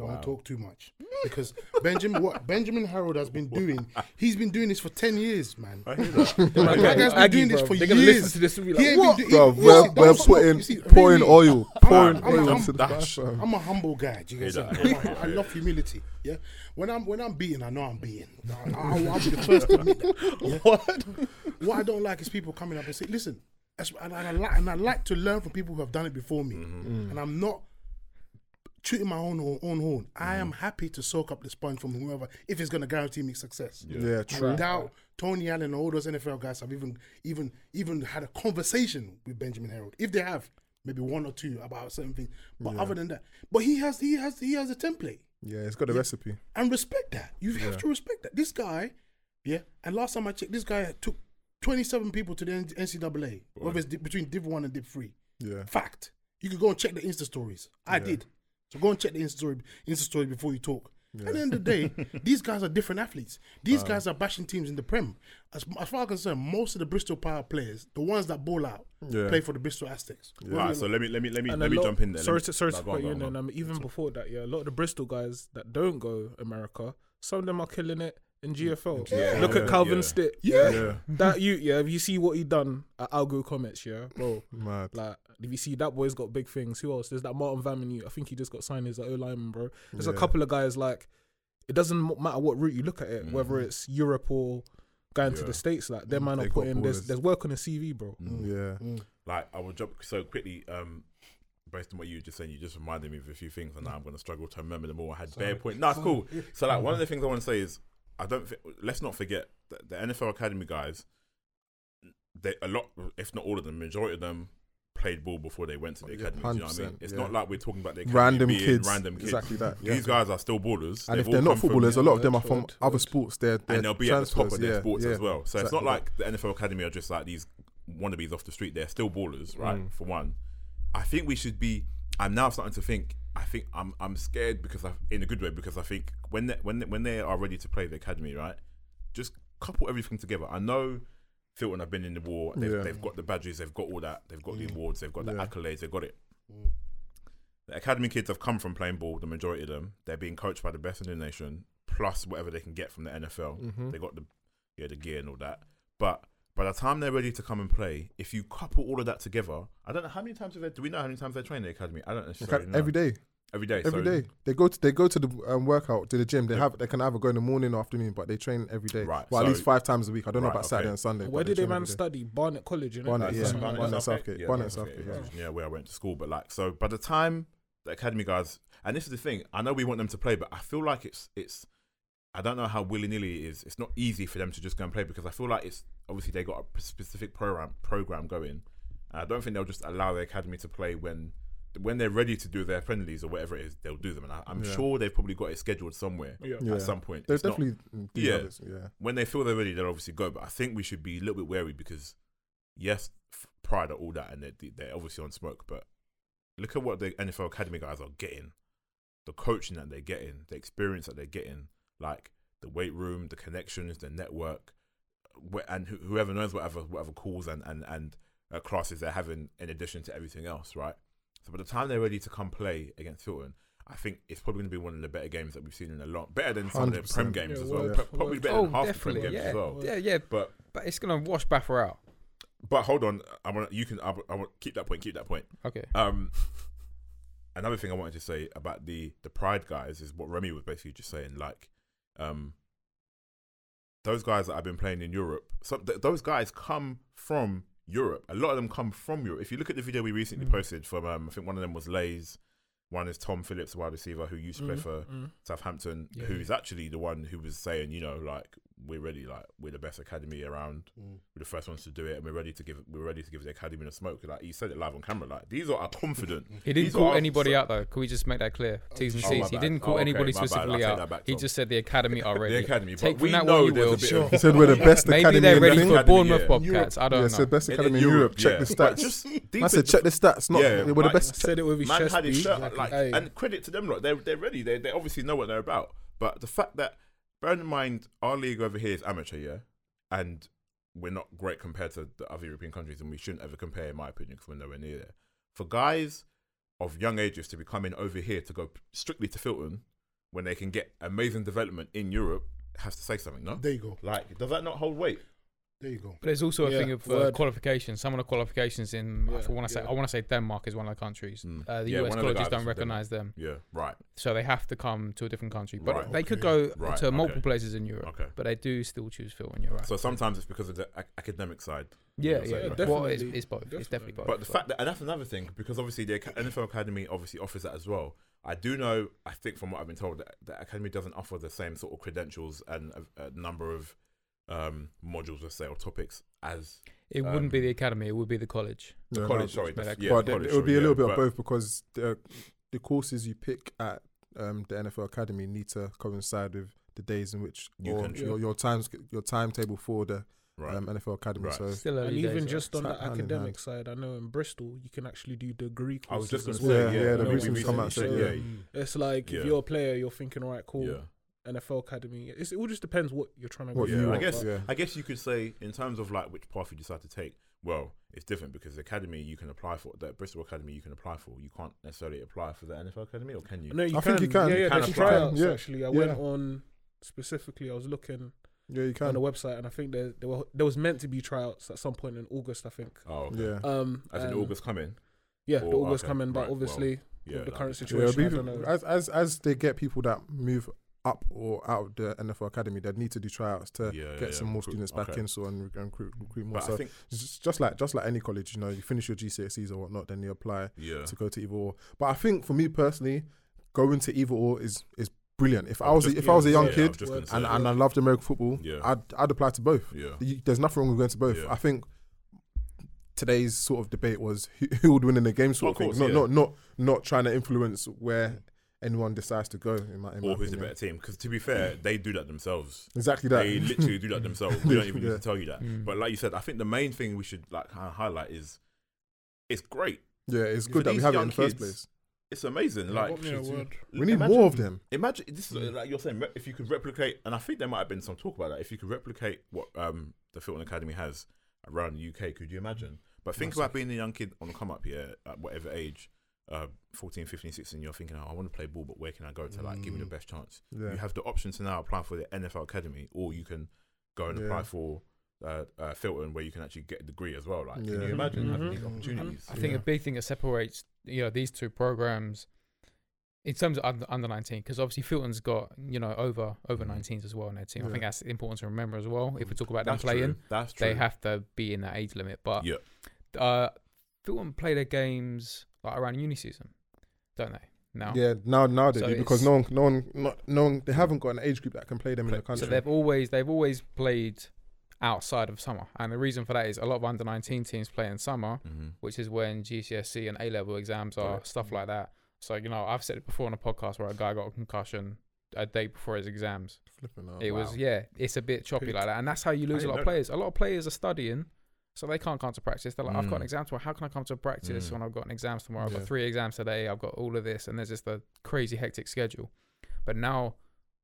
Speaker 2: Don't
Speaker 4: Wow.
Speaker 2: talk too much because Benjamin, what Benjamin Harold has been
Speaker 4: (laughs)
Speaker 2: doing, he's been doing this for ten years, man.
Speaker 4: I hear that.
Speaker 5: They're
Speaker 2: (laughs) Like,
Speaker 5: like,
Speaker 2: that guy's been
Speaker 5: Aggie,
Speaker 2: doing this
Speaker 5: bro,
Speaker 2: for
Speaker 5: They're gonna
Speaker 2: years.
Speaker 5: listen to this and be
Speaker 2: He
Speaker 5: like,
Speaker 2: ain't been
Speaker 5: what?
Speaker 2: doing-
Speaker 1: bro,
Speaker 2: you see,
Speaker 1: we're,
Speaker 2: that's
Speaker 1: we're
Speaker 2: what-
Speaker 1: putting
Speaker 2: you see,
Speaker 1: pouring
Speaker 2: really,
Speaker 1: oil, pouring
Speaker 2: I'm-
Speaker 1: oil
Speaker 2: I'm-
Speaker 1: into the
Speaker 4: that's-
Speaker 1: fire, fam.
Speaker 2: I'm a humble guy. Do you get
Speaker 4: Yeah,
Speaker 2: what I'm
Speaker 4: yeah,
Speaker 2: saying?
Speaker 4: yeah,
Speaker 2: I
Speaker 4: yeah.
Speaker 2: love humility. Yeah. When I'm when I'm beaten, I know I'm beaten. I, I, I'll be the first to admit that.
Speaker 5: What?
Speaker 2: What I don't like is people coming up and say, "Listen," that's, and, I, and, I like, and I like to learn from people who have done it before me, and I'm not treating my own own, own horn. I am happy to soak up the sponge from whoever if it's going to guarantee me success.
Speaker 1: Yeah,
Speaker 2: I
Speaker 1: true.
Speaker 2: doubt Tony Allen and all those NFL guys have even even even had a conversation with Benjamin Harold. If they have, maybe one or two about certain things. But other than that, but he has he has he has a template
Speaker 1: Yeah, it's got a recipe.
Speaker 2: and respect that. You have to respect that. This guy, yeah. And last time I checked, this guy took twenty-seven people to the N- NCAA, whether it's di- between Div One and Div Three.
Speaker 1: Yeah,
Speaker 2: Fact. You could go and check the Insta stories. I
Speaker 1: Yeah.
Speaker 2: did. So go and check the Insta story, Insta story before you talk. At the end of the day,
Speaker 1: (laughs)
Speaker 2: these guys are different athletes. These guys are bashing teams in the Prem. As, as far as I'm concerned, most of the Bristol Power players, the ones that ball out,
Speaker 1: Yeah.
Speaker 2: play for the Bristol Aztecs.
Speaker 4: Right, so let me let me let me
Speaker 5: And
Speaker 4: let
Speaker 5: a
Speaker 4: me
Speaker 5: lot-
Speaker 4: jump in there. Let
Speaker 5: Sorry
Speaker 4: me-
Speaker 5: to, sorry
Speaker 4: no,
Speaker 5: to
Speaker 4: go
Speaker 5: put
Speaker 4: on, go
Speaker 5: you in,
Speaker 4: on,
Speaker 5: and
Speaker 4: go on.
Speaker 5: um, even before that, yeah, a lot of the Bristol guys that don't go America, some of them are killing it in GFL.
Speaker 4: Mm. Yeah.
Speaker 5: Look
Speaker 1: Yeah.
Speaker 5: at Calvin
Speaker 4: Yeah.
Speaker 5: Stitt.
Speaker 2: Yeah.
Speaker 1: yeah,
Speaker 5: That you, yeah, if you see what he done at Algo Comets, yeah,
Speaker 1: Oh.
Speaker 5: bro.
Speaker 1: mad.
Speaker 5: Like, if you see that boy's got big things. Who else? There's that Martin Van Menu. I think he just got signed as an O lineman, bro. There's a
Speaker 1: Yeah.
Speaker 5: couple of guys like it doesn't m- matter what route you look at it, whether it's Europe or going to
Speaker 4: Yeah.
Speaker 5: the states. Like their man
Speaker 1: They
Speaker 5: are
Speaker 1: got
Speaker 5: putting there's
Speaker 1: ballers.
Speaker 5: there's work on the CV, bro.
Speaker 1: Yeah,
Speaker 2: Mm.
Speaker 4: Like I will jump so quickly. Um, based on what you were just saying, you just reminded me of a few things, and now I'm gonna struggle to remember them all. I had bare point. No, it's cool. So like one of the things I want to say is I don't. Th- let's not forget that the NFL Academy guys. They a lot, if not all of them, majority of them played ball before they went to the
Speaker 1: Yeah,
Speaker 4: academy. do you know what I mean?
Speaker 1: 100%,
Speaker 4: It's
Speaker 1: yeah.
Speaker 4: not like we're talking about the academy
Speaker 1: Random
Speaker 4: being
Speaker 1: kids,
Speaker 4: Random kids.
Speaker 1: exactly that.
Speaker 4: These guys are still ballers.
Speaker 1: and
Speaker 4: They've
Speaker 1: if
Speaker 4: all
Speaker 1: they're not
Speaker 4: come from-
Speaker 1: footballers, a lot of them are
Speaker 5: word,
Speaker 1: from
Speaker 5: word,
Speaker 1: other
Speaker 5: word.
Speaker 1: sports. They're, they're
Speaker 4: and they'll be at the top of
Speaker 1: transfers,
Speaker 4: their
Speaker 1: yeah,
Speaker 4: sports
Speaker 1: yeah.
Speaker 4: as well. So it's not
Speaker 1: Exactly
Speaker 4: like the NFL Academy are just like these wannabes off the street. They're still ballers, right?
Speaker 1: Mm.
Speaker 4: For one, I think we should be. I'm now starting to think. I think I'm I'm scared because I in a good way because I think when they, when they, when they are ready to play the academy, right? Just couple everything together. I know. Phil and I've been in the war. They've,
Speaker 1: Yeah.
Speaker 4: they've got the badges. They've got all that. They've got the
Speaker 2: Mm.
Speaker 4: awards. They've got the
Speaker 1: Yeah. Mm.
Speaker 4: accolades. They've got it. The academy kids have come from playing ball. The majority of them, they're being coached by the best in the nation, plus whatever they can get from the NFL.
Speaker 1: Mhm.
Speaker 4: They got the yeah, the gear and all that. But by the time they're ready to come and play, if you couple all of that together, I don't know how many times have they, do we know how many times they train in the academy? I don't necessarily
Speaker 1: Okay,
Speaker 4: know.
Speaker 1: Every day,
Speaker 4: every day,
Speaker 1: every
Speaker 4: so-
Speaker 1: day they go to they go to the um, workout to the gym. They
Speaker 4: Yeah.
Speaker 1: have they can either go in the morning or afternoon, but they train every day.
Speaker 4: Right,
Speaker 1: well, at
Speaker 4: so-
Speaker 1: least five times a week. I don't know
Speaker 4: Right,
Speaker 1: about Saturday
Speaker 4: okay.
Speaker 1: and Sunday.
Speaker 5: Where
Speaker 1: but
Speaker 5: did they
Speaker 1: train
Speaker 5: man
Speaker 1: every day.
Speaker 5: study? Barnet College, innit?
Speaker 1: Barnet,
Speaker 5: That's
Speaker 1: yeah.
Speaker 5: something
Speaker 1: Barnet,
Speaker 5: like
Speaker 1: Barnet,
Speaker 5: that.
Speaker 1: Southgate.
Speaker 4: Yeah,
Speaker 1: Barnet,
Speaker 4: that's what
Speaker 1: Southgate,
Speaker 4: it is.
Speaker 1: yeah.
Speaker 4: Yeah, where I went to school. But like, so by the time the academy guys, and this is the thing, I know we want them to play, but I feel like it's it's, I don't know how willy nilly it is. It's not easy for them to just go and play because I feel like it's obviously they got a p- specific program program going. And I don't think they'll just allow the academy to play when when they're ready to do their friendlies or whatever it is. They'll do them, and I, I'm
Speaker 1: Yeah.
Speaker 4: sure they've probably got it scheduled somewhere
Speaker 5: Yeah.
Speaker 1: Yeah.
Speaker 4: at some point.
Speaker 1: They
Speaker 4: It's not-
Speaker 1: definitely do
Speaker 4: Yeah.
Speaker 1: have this, yeah.
Speaker 4: when they feel they're ready, they'll obviously go. But I think we should be a little bit wary because, yes, f- Pride are all that, and they're, they're obviously on smoke. But look at what the NFL Academy guys are getting the coaching that they're getting, the experience that they're getting, like the weight room, the connections, the network, wh- and who- whoever knows whatever whatever calls and, and, and uh, classes they're having in addition to everything else, right? So by the time they're ready to come play against Hilton, I think it's probably going to be one of the better games that we've seen in a long, better than some of the Prem
Speaker 1: 100%.
Speaker 4: games
Speaker 5: Yeah,
Speaker 4: as well.
Speaker 1: well,
Speaker 4: Pro- Probably
Speaker 5: well,
Speaker 4: better
Speaker 3: oh,
Speaker 4: than half the Prem
Speaker 3: definitely,
Speaker 4: games
Speaker 3: yeah.
Speaker 4: as well.
Speaker 3: Yeah, yeah,
Speaker 4: But
Speaker 3: but it's gonna wash Baffer out.
Speaker 4: but hold on, I want you can I, wa- I want keep that point, keep that point.
Speaker 3: Okay.
Speaker 4: Um, another thing I wanted to say about the the Pride guys is what Remy was basically just saying. Like, um, those guys that I've been playing in Europe, some th- those guys come from Europe. A lot of them come from Europe. If you look at the video we recently
Speaker 3: Mm.
Speaker 4: posted from, um, I think one of them was Lays, one is Tom Phillips, a wide receiver who used to play
Speaker 3: Hmm.
Speaker 5: Mm,
Speaker 4: for
Speaker 5: mm.
Speaker 4: Southampton,
Speaker 3: Yeah.
Speaker 4: who's actually the one who was saying, you know, like we're ready, like we're the best academy around
Speaker 1: Mm.
Speaker 4: we're the first ones to do it, and we're ready to give we're ready to give the academy a smoke. Like he said it live on camera, like these are, are confident.
Speaker 1: (laughs)
Speaker 3: He didn't
Speaker 4: These
Speaker 3: call
Speaker 4: are-
Speaker 3: anybody out though. Can we just make that clear? T's and
Speaker 4: Oh, my
Speaker 3: C's. He
Speaker 4: bad.
Speaker 3: didn't
Speaker 4: Oh,
Speaker 3: call
Speaker 4: okay,
Speaker 3: anybody
Speaker 4: my bad. I'll
Speaker 3: specifically
Speaker 4: take
Speaker 3: out.
Speaker 4: that back,
Speaker 3: he
Speaker 4: Tom.
Speaker 3: just said the academy are ready.
Speaker 4: the academy,
Speaker 3: Take
Speaker 4: but
Speaker 3: from
Speaker 4: we
Speaker 3: that
Speaker 4: know
Speaker 3: what you
Speaker 4: there's
Speaker 3: will.
Speaker 4: a bit of- (laughs)
Speaker 1: He said we're the best
Speaker 3: Maybe
Speaker 1: academy.
Speaker 3: they're
Speaker 1: in
Speaker 3: ready
Speaker 1: England.
Speaker 3: for
Speaker 4: Academy,
Speaker 3: Bournemouth
Speaker 4: yeah.
Speaker 3: Bobcats. I
Speaker 1: Yeah,
Speaker 3: don't
Speaker 1: so
Speaker 3: know.
Speaker 1: best
Speaker 4: in- in
Speaker 1: academy in Europe. Check
Speaker 4: yeah.
Speaker 1: the
Speaker 4: But
Speaker 1: stats. (laughs)
Speaker 4: just
Speaker 1: I
Speaker 4: these are
Speaker 1: said check the stats. Not
Speaker 4: Yeah,
Speaker 1: they were the
Speaker 4: like-
Speaker 5: I
Speaker 1: best.
Speaker 5: said it with his
Speaker 4: man
Speaker 5: chest
Speaker 4: had his
Speaker 5: beat.
Speaker 4: shirt
Speaker 5: Like,
Speaker 4: like,
Speaker 5: hey.
Speaker 4: and credit to them lot. They're they're ready. They they obviously know what they're about. But the fact that bear in mind our league over here is amateur, yeah, and we're not great compared to the other European countries, and we shouldn't ever compare, in my opinion, because we're nowhere near there. For guys of young ages to be coming over here to go strictly to Filton when they can get amazing development in Europe has to say something, no?
Speaker 2: There you go.
Speaker 4: Like, does that not hold weight?
Speaker 2: There you go.
Speaker 3: But there's also a
Speaker 5: Yeah,
Speaker 3: thing of uh,
Speaker 5: word.
Speaker 3: qualifications. Some of the qualifications in,
Speaker 5: Yeah,
Speaker 3: I want to say,
Speaker 5: yeah.
Speaker 3: I want to say Denmark is one of the countries.
Speaker 4: Mm.
Speaker 3: Uh, the
Speaker 4: Yeah,
Speaker 3: US
Speaker 4: one of the
Speaker 3: colleges
Speaker 4: guys
Speaker 3: don't
Speaker 4: is Denmark.
Speaker 3: recognize them,
Speaker 4: Yeah, right.
Speaker 3: so they have to come to a different country. But
Speaker 4: Right.
Speaker 3: they could
Speaker 2: Okay.
Speaker 3: go
Speaker 4: Right,
Speaker 3: to
Speaker 4: okay.
Speaker 3: multiple places in Europe.
Speaker 4: Okay.
Speaker 3: But they do still choose Phil, and you're right.
Speaker 4: So sometimes it's because of the ac- academic side. Yeah,
Speaker 3: yeah, yeah,
Speaker 4: so-
Speaker 3: yeah. Well, it's,
Speaker 5: Definitely.
Speaker 3: it's both. It's definitely both.
Speaker 4: But the fact that, and that's another thing, because obviously the Aca- NFL Academy obviously offers that as well. I do know, I think from what I've been told, that the Academy doesn't offer the same sort of credentials and a, a number of um, modules, let's say, or topics as
Speaker 3: it
Speaker 4: um,
Speaker 3: wouldn't be the academy; it would be the college.
Speaker 1: Yeah,
Speaker 4: college.
Speaker 1: no.
Speaker 4: Sorry,
Speaker 3: but
Speaker 4: that's-
Speaker 3: that-
Speaker 4: yeah,
Speaker 1: but
Speaker 4: college,
Speaker 1: it would be
Speaker 4: sorry,
Speaker 1: a little
Speaker 4: yeah,
Speaker 1: bit of
Speaker 4: but-
Speaker 1: both because the, the courses you pick at um, the NFL Academy need to coincide with the days in which
Speaker 4: You
Speaker 1: or
Speaker 4: can-
Speaker 1: your, your times your timetable for the
Speaker 4: Right.
Speaker 1: um, NFL Academy.
Speaker 4: Right.
Speaker 1: So
Speaker 3: Still early
Speaker 5: And even
Speaker 3: days,
Speaker 5: just on
Speaker 1: Hand
Speaker 5: the
Speaker 1: in hand.
Speaker 5: academic side, I know in Bristol you can actually do degree
Speaker 4: I was
Speaker 5: courses.
Speaker 4: just going
Speaker 5: as
Speaker 4: to
Speaker 5: well.
Speaker 4: say, yeah,
Speaker 1: yeah, the
Speaker 4: no, we
Speaker 1: reasons come
Speaker 4: recently
Speaker 1: out, so
Speaker 4: showed-
Speaker 1: yeah.
Speaker 5: It's like if
Speaker 4: Yeah.
Speaker 5: you're a player, you're thinking, all right, cool,
Speaker 4: yeah.
Speaker 5: NFL academy. It's, it all just depends what you're trying to.
Speaker 1: what
Speaker 5: go
Speaker 4: Yeah,
Speaker 1: you
Speaker 5: for,
Speaker 4: I
Speaker 1: want,
Speaker 5: but-
Speaker 4: guess-
Speaker 1: yeah.
Speaker 4: I guess you could say, in terms of like which path you decide to take, well, it's different because the academy you can apply for, the Bristol Academy you can apply for, you can't necessarily apply for the NFL Academy, or can you?
Speaker 5: No, you
Speaker 1: I
Speaker 5: can.
Speaker 1: think you can.
Speaker 5: Yeah,
Speaker 1: You
Speaker 5: yeah.
Speaker 4: can
Speaker 5: there's
Speaker 4: apply.
Speaker 5: tryouts
Speaker 1: Yeah.
Speaker 5: actually. I
Speaker 1: Yeah.
Speaker 5: went on specifically. I was looking
Speaker 1: yeah, you can.
Speaker 5: on the website, and I think there there were there was meant to be tryouts at some point in August. I think.
Speaker 4: Oh, okay.
Speaker 1: Yeah.
Speaker 5: Um,
Speaker 4: as in
Speaker 5: and-
Speaker 4: August coming.
Speaker 5: Yeah, the
Speaker 4: or-
Speaker 5: August
Speaker 4: okay,
Speaker 5: coming, but
Speaker 4: right,
Speaker 5: obviously
Speaker 4: Yeah,
Speaker 5: with the
Speaker 4: like-
Speaker 5: current
Speaker 1: Yeah, it'll
Speaker 5: situation,
Speaker 1: be-
Speaker 5: I don't know.
Speaker 1: as as as they get people that move up or out of the NFL Academy, they need to do tryouts to
Speaker 4: Yeah, yeah,
Speaker 1: get some
Speaker 4: yeah,
Speaker 1: more
Speaker 4: recruit-
Speaker 1: students back
Speaker 4: okay.
Speaker 1: in, so and, and recruit, recruit more.
Speaker 4: But
Speaker 1: so
Speaker 4: I think,
Speaker 1: it's just like just like any college, you know, you finish your GCSEs or whatnot, then you apply
Speaker 4: yeah.
Speaker 1: to go to either or. But I think for me personally, going to either or is is brilliant. If I was,
Speaker 4: Oh, just-
Speaker 1: if I was a
Speaker 4: yeah,
Speaker 1: young
Speaker 4: yeah, I
Speaker 1: kid
Speaker 4: was just gonna
Speaker 1: and,
Speaker 4: say,
Speaker 1: and I loved American football,
Speaker 4: Yeah.
Speaker 1: I'd I'd apply to both.
Speaker 4: yeah.
Speaker 1: You- There's nothing wrong with going to both.
Speaker 4: Yeah.
Speaker 1: I think today's sort of debate was who, who would win in the game sort
Speaker 4: Of
Speaker 1: of, thing.
Speaker 4: course,
Speaker 1: not
Speaker 4: yeah.
Speaker 1: not not not trying to influence where anyone decides to go. In my, in my
Speaker 4: or who's the
Speaker 1: opinion.
Speaker 4: better team? Because to be fair, they do that themselves.
Speaker 1: Mm. Exactly that. (laughs)
Speaker 4: They literally do that themselves. We don't even need
Speaker 1: Yeah.
Speaker 4: to tell you that.
Speaker 3: Mm.
Speaker 4: But like you said, I think the main thing we should like kind of highlight is it's great.
Speaker 1: yeah, it's
Speaker 4: For
Speaker 1: good that we
Speaker 4: these
Speaker 1: have it
Speaker 4: young
Speaker 1: in the first
Speaker 4: kids,
Speaker 1: place.
Speaker 4: It's amazing. Like
Speaker 5: Drop me a word.
Speaker 1: We need
Speaker 4: imagine-
Speaker 1: more of them.
Speaker 4: Imagine this is
Speaker 1: Mm.
Speaker 4: uh, like you're saying re- if you could replicate, and I think there might have been some talk about that. If you could replicate what um, the Filton Academy has around the UK, could you imagine? But think about being a young kid on the come up here at whatever age, uh, 14, 15, 16, you're thinking, oh, I want to play ball, but where can I go to like give me the
Speaker 2: Mm.
Speaker 4: best chance?
Speaker 1: Yeah.
Speaker 4: You have the option to now apply for the NFL Academy, or you can go and
Speaker 1: Yeah.
Speaker 4: apply for uh, uh, Filton, where you can actually get a degree as well. Like, can
Speaker 1: Yeah.
Speaker 4: you imagine having
Speaker 5: Mhm.
Speaker 4: these opportunities?
Speaker 3: Mm-hmm. I think
Speaker 1: Yeah.
Speaker 3: a big thing that separates you know these two programs in terms of under, under 19 because obviously Filton's got you know over over
Speaker 4: Mhm.
Speaker 3: 19s as well in their team. I
Speaker 1: Mm-hmm. Yeah. Mm.
Speaker 3: think that's important to remember as well. If we talk about
Speaker 4: That's
Speaker 3: them playing,
Speaker 4: true. That's true.
Speaker 3: they have to be in that age limit. But
Speaker 4: Yeah.
Speaker 3: uh, Filton play their games like around uni season, don't they? Now,
Speaker 1: Yeah, now now they
Speaker 3: So
Speaker 1: do because
Speaker 3: it's-
Speaker 1: no one, no one, not, no one, they haven't got an age group that can play them in
Speaker 4: Play-
Speaker 1: the
Speaker 4: so
Speaker 3: so
Speaker 1: country.
Speaker 3: they've always they've always played outside of summer, and the reason for that is a lot of under 19 teams play in summer.
Speaker 4: Mhm.
Speaker 3: which is when GCSE E and A level exams are,
Speaker 4: Correct.
Speaker 3: stuff like that. So, you know, I've said it before on a podcast where a guy got a concussion a day before his exams.
Speaker 1: Flipping out.
Speaker 3: it was, yeah, it's a bit choppy
Speaker 5: Peak.
Speaker 3: like that. And that's how you lose a
Speaker 4: didn't
Speaker 3: lot
Speaker 4: know
Speaker 3: of
Speaker 4: that.
Speaker 3: players. A lot of players are studying, so they can't come to practice. They're like, I've got
Speaker 4: Mm.
Speaker 3: an exam tomorrow. How can I come to practice
Speaker 4: Mm.
Speaker 3: when I've got an exams tomorrow? I've
Speaker 1: Yeah.
Speaker 3: got three exams today. I've got all of this. And there's just the crazy, hectic schedule. But now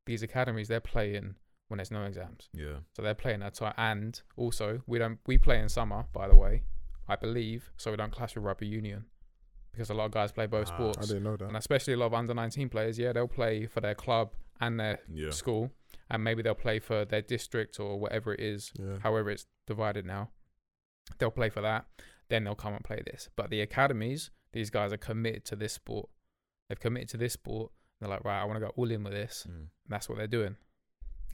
Speaker 3: these academies, they're playing when there's no exams.
Speaker 4: Yeah.
Speaker 3: So they're playing that time, and also we don't we play in summer, by the way, I believe, so we don't clash with rugby union, because a lot of guys play both
Speaker 4: Ah.
Speaker 1: I
Speaker 3: sports,
Speaker 1: didn't know that.
Speaker 3: and especially a lot of under nineteen players. Yeah, they'll play for their club and their
Speaker 4: Yeah.
Speaker 3: school, and maybe they'll play for their district or whatever it is.
Speaker 1: yeah.
Speaker 3: However, it's divided now. They'll play for that, then they'll come and play this. But the academies, these guys are committed to this sport. They've committed to this sport. They're like, right, I want to go all in with this.
Speaker 4: Mm.
Speaker 3: And that's what they're doing,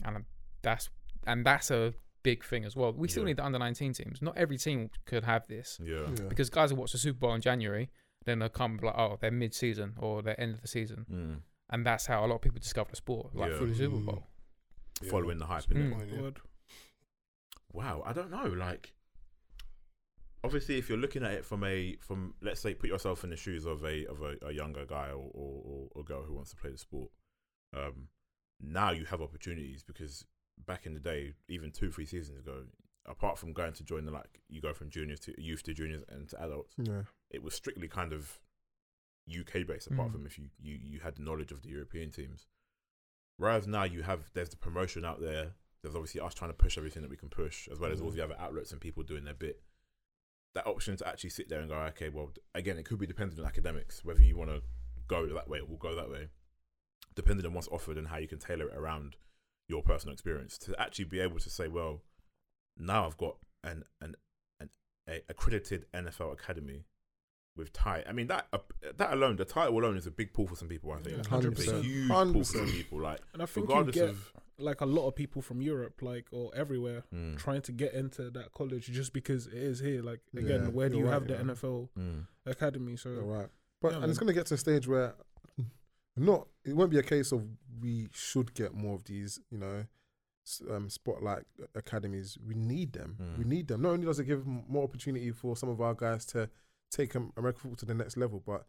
Speaker 3: and um, that's and that's a big thing as well. We still
Speaker 4: Yeah.
Speaker 3: need the under nineteen teams. Not every team could have this
Speaker 4: Yeah.
Speaker 1: Yeah.
Speaker 3: because guys will watch the Super Bowl in January, then they'll come like, oh, they're mid season or they're end of the season,
Speaker 4: Mm.
Speaker 3: and that's how a lot of people discover the sport, like
Speaker 4: Yeah.
Speaker 3: through the Super
Speaker 2: Mm.
Speaker 3: Bowl.
Speaker 4: Following the hype.
Speaker 1: Hmm.
Speaker 3: Mm.
Speaker 2: Point, yeah.
Speaker 5: Word.
Speaker 4: wow i don't know like obviously if you're looking at it from a from let's say put yourself in the shoes of a of a, a younger guy or, or or or girl who wants to play the sport um now you have opportunities because back in the day even two three seasons ago apart from going to join the like you go from juniors to youth to juniors and to adults
Speaker 1: Yeah.
Speaker 4: it was strictly kind of UK based, apart
Speaker 3: Mm.
Speaker 4: from if you, you you had the knowledge of the European teams. Whereas now you have there's the promotion out there. There's obviously us trying to push everything that we can push, as well as all the other outlets and people doing their bit. That option to actually sit there and go, okay, well, d- again, it could be dependent on academics whether you want to go that way or will go that way, depending on what's offered and how you can tailor it around your personal experience. To actually be able to say, well, now I've got an an an a accredited NFL academy with tight. I mean that uh, that alone, the title alone is a big pull for some people. I think
Speaker 5: Yeah,
Speaker 4: it's
Speaker 5: 100%.
Speaker 4: a huge pull for some
Speaker 1: 100%.
Speaker 4: people. Like
Speaker 5: And I think you
Speaker 4: regardless
Speaker 5: get
Speaker 4: of
Speaker 5: like a lot of people from Europe, like or everywhere,
Speaker 4: mm,
Speaker 5: trying to get into that college just because it is here. Like again,
Speaker 1: Yeah,
Speaker 5: where do
Speaker 1: you're
Speaker 5: you
Speaker 1: right,
Speaker 5: have the
Speaker 1: yeah.
Speaker 5: NFL
Speaker 4: mm,
Speaker 5: academy? So
Speaker 1: All right. But
Speaker 5: Yeah,
Speaker 1: and it's
Speaker 5: man.
Speaker 1: gonna get to a stage where not it won't be a case of we should get more of these, you know, s- um, spotlight academies. We need them.
Speaker 4: Mm.
Speaker 1: We need them. Not only does it give m- more opportunity for some of our guys to take um, American football to the next level, but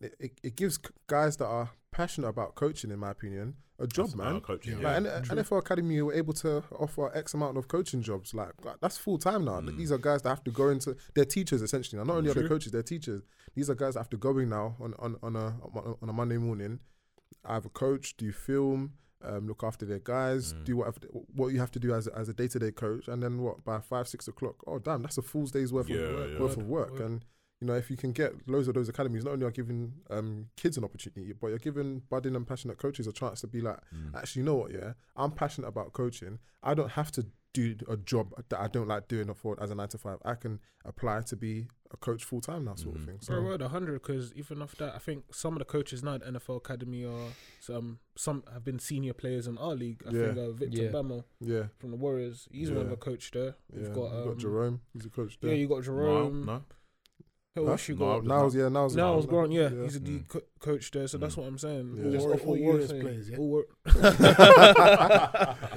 Speaker 1: it, it, it gives c- guys that are passionate about coaching, in my opinion, a job, man.
Speaker 4: coaching.
Speaker 2: Yeah.
Speaker 4: Yeah.
Speaker 1: Like, N-
Speaker 5: True.
Speaker 1: NFL Academy were able to offer X amount of coaching jobs. Like like, that's full time now.
Speaker 4: Mm.
Speaker 1: These are guys that have to go into they're teachers essentially. Now, not only are they
Speaker 5: True.
Speaker 1: coaches, they're teachers. These are guys that have to go in now on on, on a on a Monday morning. I have a coach, do film, um, look after their guys,
Speaker 4: Mm.
Speaker 1: do whatever what you have to do as a, as a day to day coach, and then what by five six o'clock? Oh damn, that's a full day's worth
Speaker 4: Yeah,
Speaker 1: of work,
Speaker 4: yeah.
Speaker 1: worth of work.
Speaker 5: Word.
Speaker 1: And you know if you can get loads of those academies, not only are giving um, kids an opportunity, but you're giving budding and passionate coaches a chance to be like
Speaker 4: Mm.
Speaker 1: actually, you know what? Yeah, I'm passionate about coaching. I don't have to do a job that I don't like doing for as a nine to five. I can apply to be a coach full time now, sort
Speaker 4: Mhm.
Speaker 1: of thing. So
Speaker 5: Bro, we're at 100 because even off that, I think some of the coaches now at NFL Academy are some some have been senior players in our league. I think
Speaker 1: Yeah.
Speaker 5: uh, Victor
Speaker 3: Yeah.
Speaker 5: Bamo
Speaker 1: yeah,
Speaker 5: from the Warriors, he's one of
Speaker 1: Yeah.
Speaker 5: the coach there. We've
Speaker 1: yeah.
Speaker 5: got, um,
Speaker 1: you got Jerome. He's a coach there. (laughs)
Speaker 5: Yeah, you got Jerome.
Speaker 4: no,
Speaker 5: Who
Speaker 1: Huh?
Speaker 5: else you
Speaker 4: Niall
Speaker 5: got?
Speaker 4: Grant.
Speaker 1: Niles, yeah, Niles.
Speaker 5: Niles
Speaker 1: Niles
Speaker 5: Grant, yeah,
Speaker 1: Yeah.
Speaker 5: he's a D
Speaker 4: Mm.
Speaker 5: co- coach there, so that's
Speaker 4: Mm.
Speaker 5: what I'm saying.
Speaker 1: Yeah.
Speaker 5: All
Speaker 2: Just
Speaker 5: Warri-
Speaker 2: off all
Speaker 5: all
Speaker 2: Warriors
Speaker 5: Warriors
Speaker 2: players, yeah?
Speaker 5: all Warri-
Speaker 2: (laughs)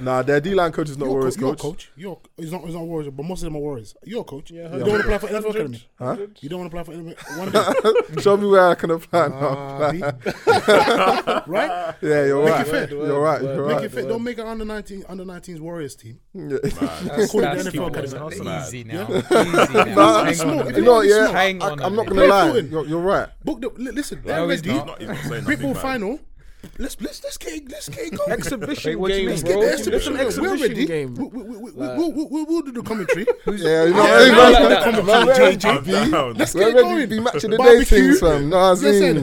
Speaker 1: (laughs) nah, their D line coach is not
Speaker 2: You're a
Speaker 1: Warriors
Speaker 2: co- you're a
Speaker 1: coach.
Speaker 2: coach. You're a co- it's not it's not Warriors, but most of them are Warriors. You're a coach.
Speaker 5: Yeah,
Speaker 2: You
Speaker 5: hundred.
Speaker 2: don't want to play for NFL
Speaker 5: Hundred.
Speaker 2: Academy.
Speaker 1: Huh?
Speaker 2: You don't want to play
Speaker 1: (laughs)
Speaker 2: for NFL. One day.
Speaker 1: Show me where I can apply. now.
Speaker 2: Ah, B. (laughs) right?
Speaker 1: (laughs) Yeah, you're
Speaker 2: Make it
Speaker 1: right.
Speaker 2: fit.
Speaker 1: You're right.
Speaker 5: Word,
Speaker 1: You're
Speaker 5: word,
Speaker 2: Make
Speaker 1: right.
Speaker 2: it fit. Don't make an under 19 under 19s Warriors team.
Speaker 1: Yeah.
Speaker 4: Mad.
Speaker 3: That's,
Speaker 2: Call it
Speaker 3: that's
Speaker 2: the NFL
Speaker 3: too
Speaker 5: Academy.
Speaker 2: (laughs)
Speaker 3: easy now.
Speaker 2: Yeah.
Speaker 3: Easy now.
Speaker 1: Nah,
Speaker 3: Hang
Speaker 2: it's
Speaker 3: on a
Speaker 2: not-
Speaker 3: minute.
Speaker 1: You know, what, yeah,
Speaker 3: Hang
Speaker 1: I,
Speaker 3: on a
Speaker 1: I'm not
Speaker 3: minute.
Speaker 1: gonna lie.
Speaker 2: Fulton.
Speaker 1: You're, you're right.
Speaker 2: Book the li- listen.
Speaker 3: No,
Speaker 2: Let
Speaker 3: he's
Speaker 2: Reggie.
Speaker 3: not.
Speaker 4: Not, he's not saying
Speaker 2: Big
Speaker 4: nothing
Speaker 2: Ball
Speaker 4: bad.
Speaker 2: final. Let's let's let's get let's get it going.
Speaker 5: exhibition
Speaker 3: what do you
Speaker 5: game.
Speaker 3: mean,
Speaker 5: bro.
Speaker 3: bro?
Speaker 5: It's
Speaker 3: Let's
Speaker 5: an
Speaker 3: get
Speaker 2: Exhibition.
Speaker 5: exhibition,
Speaker 2: game. We're ready.
Speaker 5: game.
Speaker 2: We- we- we- we- We'll we'll- we'll- we'll do the commentary.
Speaker 1: Yeah, you know,
Speaker 3: Yeah,
Speaker 1: hey,
Speaker 3: no,
Speaker 1: man,
Speaker 3: like
Speaker 1: man,
Speaker 3: that.
Speaker 1: man,
Speaker 2: Come on,
Speaker 1: where
Speaker 2: JJ.
Speaker 1: we
Speaker 4: I'm
Speaker 1: be?
Speaker 4: down. Mm-hmm.
Speaker 2: Let's
Speaker 1: Where
Speaker 2: get
Speaker 1: ready
Speaker 2: going.
Speaker 1: be match of the day
Speaker 2: Barbecue.
Speaker 1: things, fam? Nah, Zine.
Speaker 2: Listen,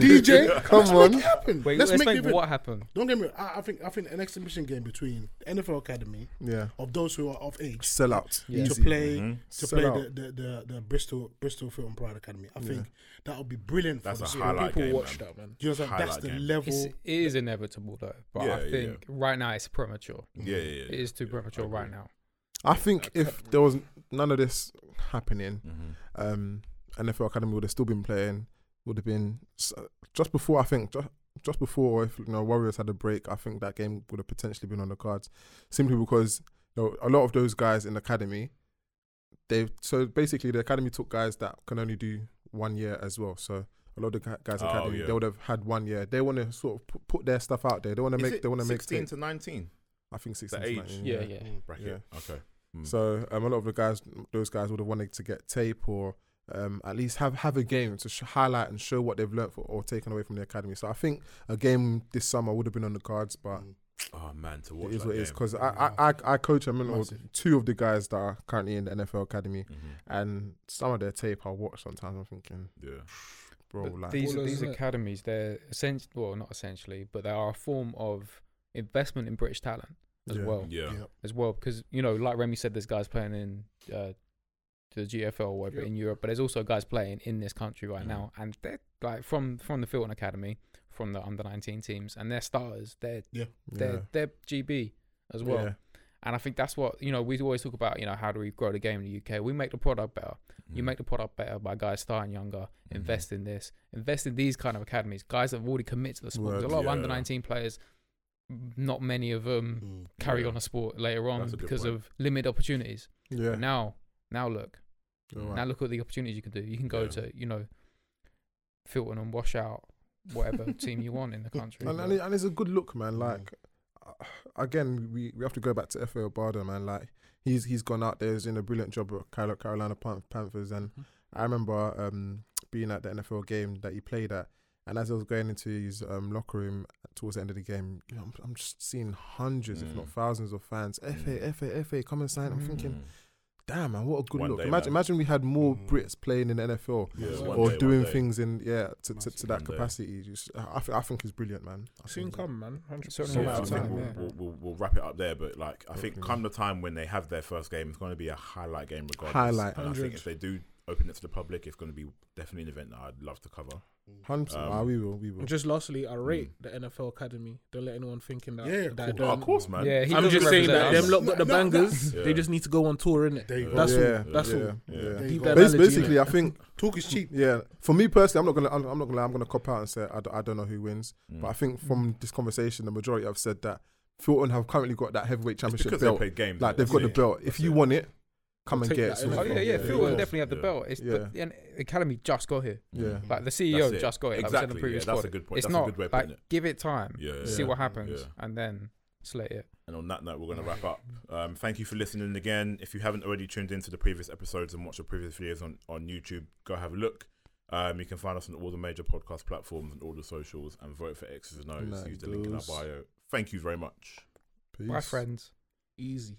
Speaker 1: (laughs)
Speaker 2: DJ.
Speaker 1: Come
Speaker 2: let's Make
Speaker 1: on.
Speaker 2: it happen.
Speaker 3: Wait,
Speaker 2: let's, make it.
Speaker 3: what happened.
Speaker 2: Don't get me. I, I think I think an exhibition game between NFL Academy
Speaker 1: Yeah,
Speaker 2: of those who are of age
Speaker 1: sell out.
Speaker 2: to play to
Speaker 1: Sell
Speaker 2: play the,
Speaker 1: out.
Speaker 2: the, the, the Bristol Bristol Film Pride Academy. I think that would be brilliant.
Speaker 4: That's
Speaker 2: for
Speaker 4: a
Speaker 2: the
Speaker 4: highlight
Speaker 5: People
Speaker 4: game,
Speaker 5: watch
Speaker 4: man.
Speaker 5: that, man.
Speaker 2: You know what I'm saying? That's
Speaker 4: highlight
Speaker 2: the
Speaker 4: game.
Speaker 2: level.
Speaker 3: It's, it is inevitable though, but
Speaker 4: Yeah,
Speaker 3: I
Speaker 4: yeah,
Speaker 3: think
Speaker 4: yeah.
Speaker 3: right now it's premature.
Speaker 4: Yeah, yeah,
Speaker 3: It
Speaker 4: yeah.
Speaker 3: is too premature right now.
Speaker 1: I think if there was none of this happening,
Speaker 4: Mhm.
Speaker 1: um, NFL Academy would have still been playing. Would have been s- just before I think just, just before if you know Warriors had a break, I think that game would have potentially been on the cards simply because you know, a lot of those guys in academy, they so basically the academy took guys that can only do one year as well. So a lot of the gu- guys in
Speaker 4: Oh,
Speaker 1: academy
Speaker 4: yeah.
Speaker 1: they would have had one year. They want to sort of put, put their stuff out there. They want to
Speaker 4: Is
Speaker 1: make
Speaker 4: it
Speaker 1: they want to make
Speaker 4: 16
Speaker 1: tape.
Speaker 4: to 19
Speaker 1: I think sixteen
Speaker 4: age?
Speaker 1: to 19,
Speaker 3: Yeah, yeah.
Speaker 4: bracket. Okay. Mm.
Speaker 1: so um, a lot of the guys, those guys would have wanted to get tape or um, at least have, have a game to sh- highlight and show what they've learnt for, or taken away from the academy. So I think a game this summer would have been on the cards, but
Speaker 4: Oh man, to watch
Speaker 1: it is
Speaker 4: that
Speaker 1: what it
Speaker 4: game.
Speaker 1: is because I, I, I, I coach a minimum of
Speaker 2: Massive.
Speaker 1: two of the guys that are currently in the NFL academy,
Speaker 4: Mhm.
Speaker 1: and some of their tape I watch sometimes. I'm thinking,
Speaker 4: Yeah.
Speaker 1: bro,
Speaker 3: But
Speaker 1: like
Speaker 3: these
Speaker 5: Ballers,
Speaker 3: these
Speaker 5: innit?
Speaker 3: academies, they're essentially well, not essentially, but they are a form of investment in British talent as
Speaker 1: Yeah.
Speaker 3: well.
Speaker 4: Yeah.
Speaker 2: Yeah.
Speaker 3: As well, because you know, like Remy said, there's guys playing in uh, the GFL or whatever
Speaker 5: Yeah.
Speaker 3: in Europe, but there's also guys playing in this country right
Speaker 1: Mm.
Speaker 4: Mhm.
Speaker 3: now, and they're like from from the Filton Academy, from the under 19 teams, and their starters, they're
Speaker 1: yeah,
Speaker 3: they're they're GB as well.
Speaker 1: yeah,
Speaker 3: And I think that's what you know. We always talk about you know how do we grow the game in the UK? We make the product better.
Speaker 1: Mm-hmm.
Speaker 3: You
Speaker 4: Mhm.
Speaker 3: make the product better by guys starting younger.
Speaker 4: Mhm.
Speaker 3: Invest in this. Invest in these kind of academies. Guys that have already committed to the sport.
Speaker 1: Word,
Speaker 3: There's a lot of
Speaker 4: yeah.
Speaker 3: under nineteen players. Not many of them
Speaker 2: Mm.
Speaker 3: carry
Speaker 4: Yeah.
Speaker 3: on a sport later on
Speaker 4: That's a good
Speaker 3: because
Speaker 4: point.
Speaker 3: of limited opportunities.
Speaker 1: yeah.
Speaker 3: But now, now look,
Speaker 1: You're right.
Speaker 3: now look at the opportunities you can do. You can go
Speaker 4: Yeah.
Speaker 3: to you know, Filton and wash out
Speaker 4: (laughs)
Speaker 3: whatever team you want in the country.
Speaker 1: And,
Speaker 3: but-
Speaker 1: and, it, and it's a good look, man.
Speaker 2: Mm.
Speaker 1: Like uh, again, we, we have to go back to FA Obada, man. Like he's he's gone out there, he's doing a brilliant job at Carol- Carolina Pan- Panthers, and
Speaker 4: Mm-hmm.
Speaker 1: I remember um, being at the NFL game that he played at, and as I was going into his um, locker room towards the end of the game, you know, I'm, I'm just seeing hundreds, if not
Speaker 4: Mm.
Speaker 1: thousands, of fans. FA, FA, FA, come and sign. I'm thinking,
Speaker 4: Mhm.
Speaker 1: damn, man, what a good
Speaker 4: One
Speaker 1: look.
Speaker 4: day,
Speaker 1: imagine,
Speaker 4: man.
Speaker 1: imagine we had more
Speaker 2: Mm.
Speaker 1: Brits playing in the NFL.
Speaker 4: Yeah,
Speaker 5: Or
Speaker 4: one
Speaker 1: Or
Speaker 4: day, one
Speaker 1: doing
Speaker 4: day.
Speaker 1: things in yeah to, to, to that
Speaker 2: Massive.
Speaker 4: One day.
Speaker 1: capacity, Just- I, th- I think it's brilliant, man. I
Speaker 5: Soon
Speaker 1: think-
Speaker 5: come, man. 100%.
Speaker 3: Certainly
Speaker 4: So
Speaker 3: Yeah,
Speaker 4: yeah, I
Speaker 3: it's
Speaker 4: think
Speaker 3: time,
Speaker 4: we'll,
Speaker 3: yeah.
Speaker 4: we'll, we'll, we'll wrap it up there. But like, I think
Speaker 1: Definitely.
Speaker 4: come the time when they have their first game, it's going to be a highlight game regardless.
Speaker 1: Highlight.
Speaker 4: And I
Speaker 5: Hundred.
Speaker 4: think if they do open it to the public, it's going to be definitely an event that I'd love to cover.
Speaker 1: Hundred percent.
Speaker 4: Um,
Speaker 1: Ah, we will. We will.
Speaker 5: And Just lastly, I rate the NFL Academy. Don't let anyone thinking that.
Speaker 2: Yeah,
Speaker 5: that I
Speaker 2: cool.
Speaker 5: don't.
Speaker 4: Oh, of course, man.
Speaker 3: Yeah, he
Speaker 5: I'm
Speaker 3: doesn't
Speaker 5: just saying that
Speaker 3: represent
Speaker 5: them
Speaker 3: us.
Speaker 5: lot got the
Speaker 2: No, no, no.
Speaker 5: bangers.
Speaker 4: Yeah.
Speaker 5: They just need to go on tour, innit?
Speaker 2: There you go.
Speaker 5: That's all.
Speaker 1: yeah,
Speaker 5: That's
Speaker 1: yeah,
Speaker 5: all.
Speaker 1: Yeah.
Speaker 4: Yeah.
Speaker 2: There you
Speaker 5: Deep
Speaker 2: go.
Speaker 5: down
Speaker 1: Bas-
Speaker 5: analogy,
Speaker 1: basically,
Speaker 5: innit?
Speaker 1: I think
Speaker 2: Talk is cheap.
Speaker 1: yeah. For me personally, I'm not gonna I'm not gonna lie, I'm gonna cop out and say I, d- I don't know who wins.
Speaker 4: Mm.
Speaker 1: But I think from this conversation, the majority have said that Fulton have currently got that heavyweight
Speaker 4: It's
Speaker 1: championship
Speaker 4: because they
Speaker 1: belt.
Speaker 4: played games.
Speaker 1: Like
Speaker 4: innit?
Speaker 1: they've got the
Speaker 4: That's it.
Speaker 1: belt. If
Speaker 4: That's
Speaker 1: you
Speaker 4: it.
Speaker 1: want it, come
Speaker 5: We'll
Speaker 1: and
Speaker 5: take
Speaker 1: get it.
Speaker 5: that
Speaker 1: sort
Speaker 5: as
Speaker 1: of
Speaker 3: Oh
Speaker 5: well.
Speaker 1: thing.
Speaker 3: yeah, yeah.
Speaker 5: Yeah,
Speaker 3: Phil
Speaker 5: yeah.
Speaker 3: definitely had the
Speaker 4: Yeah.
Speaker 3: belt. It's
Speaker 1: Yeah.
Speaker 3: the, the academy just got here.
Speaker 1: Yeah.
Speaker 3: Like the
Speaker 4: That's
Speaker 3: CEO
Speaker 4: it.
Speaker 3: just got it. Like we said in
Speaker 4: Exactly.
Speaker 3: the
Speaker 4: yeah,
Speaker 3: previous
Speaker 4: that's
Speaker 3: pod.
Speaker 4: a good point.
Speaker 3: It's
Speaker 4: that's
Speaker 3: not
Speaker 4: a good way of
Speaker 3: like
Speaker 4: putting it.
Speaker 3: give it time,
Speaker 4: Yeah, yeah,
Speaker 3: see
Speaker 1: yeah.
Speaker 3: what happens,
Speaker 4: Yeah.
Speaker 3: and then slate it.
Speaker 4: And on that note, we're going to wrap up. Um, thank you for listening again. If you haven't already tuned into the previous episodes and watched the previous videos on, on YouTube, go have a look. Um, you can find us on all the major podcast platforms and all the socials and vote for X's and O's.
Speaker 1: Like
Speaker 4: Use the link in our
Speaker 1: those.
Speaker 4: bio. Thank you very much.
Speaker 3: My
Speaker 1: Peace.
Speaker 3: friends.
Speaker 5: Easy.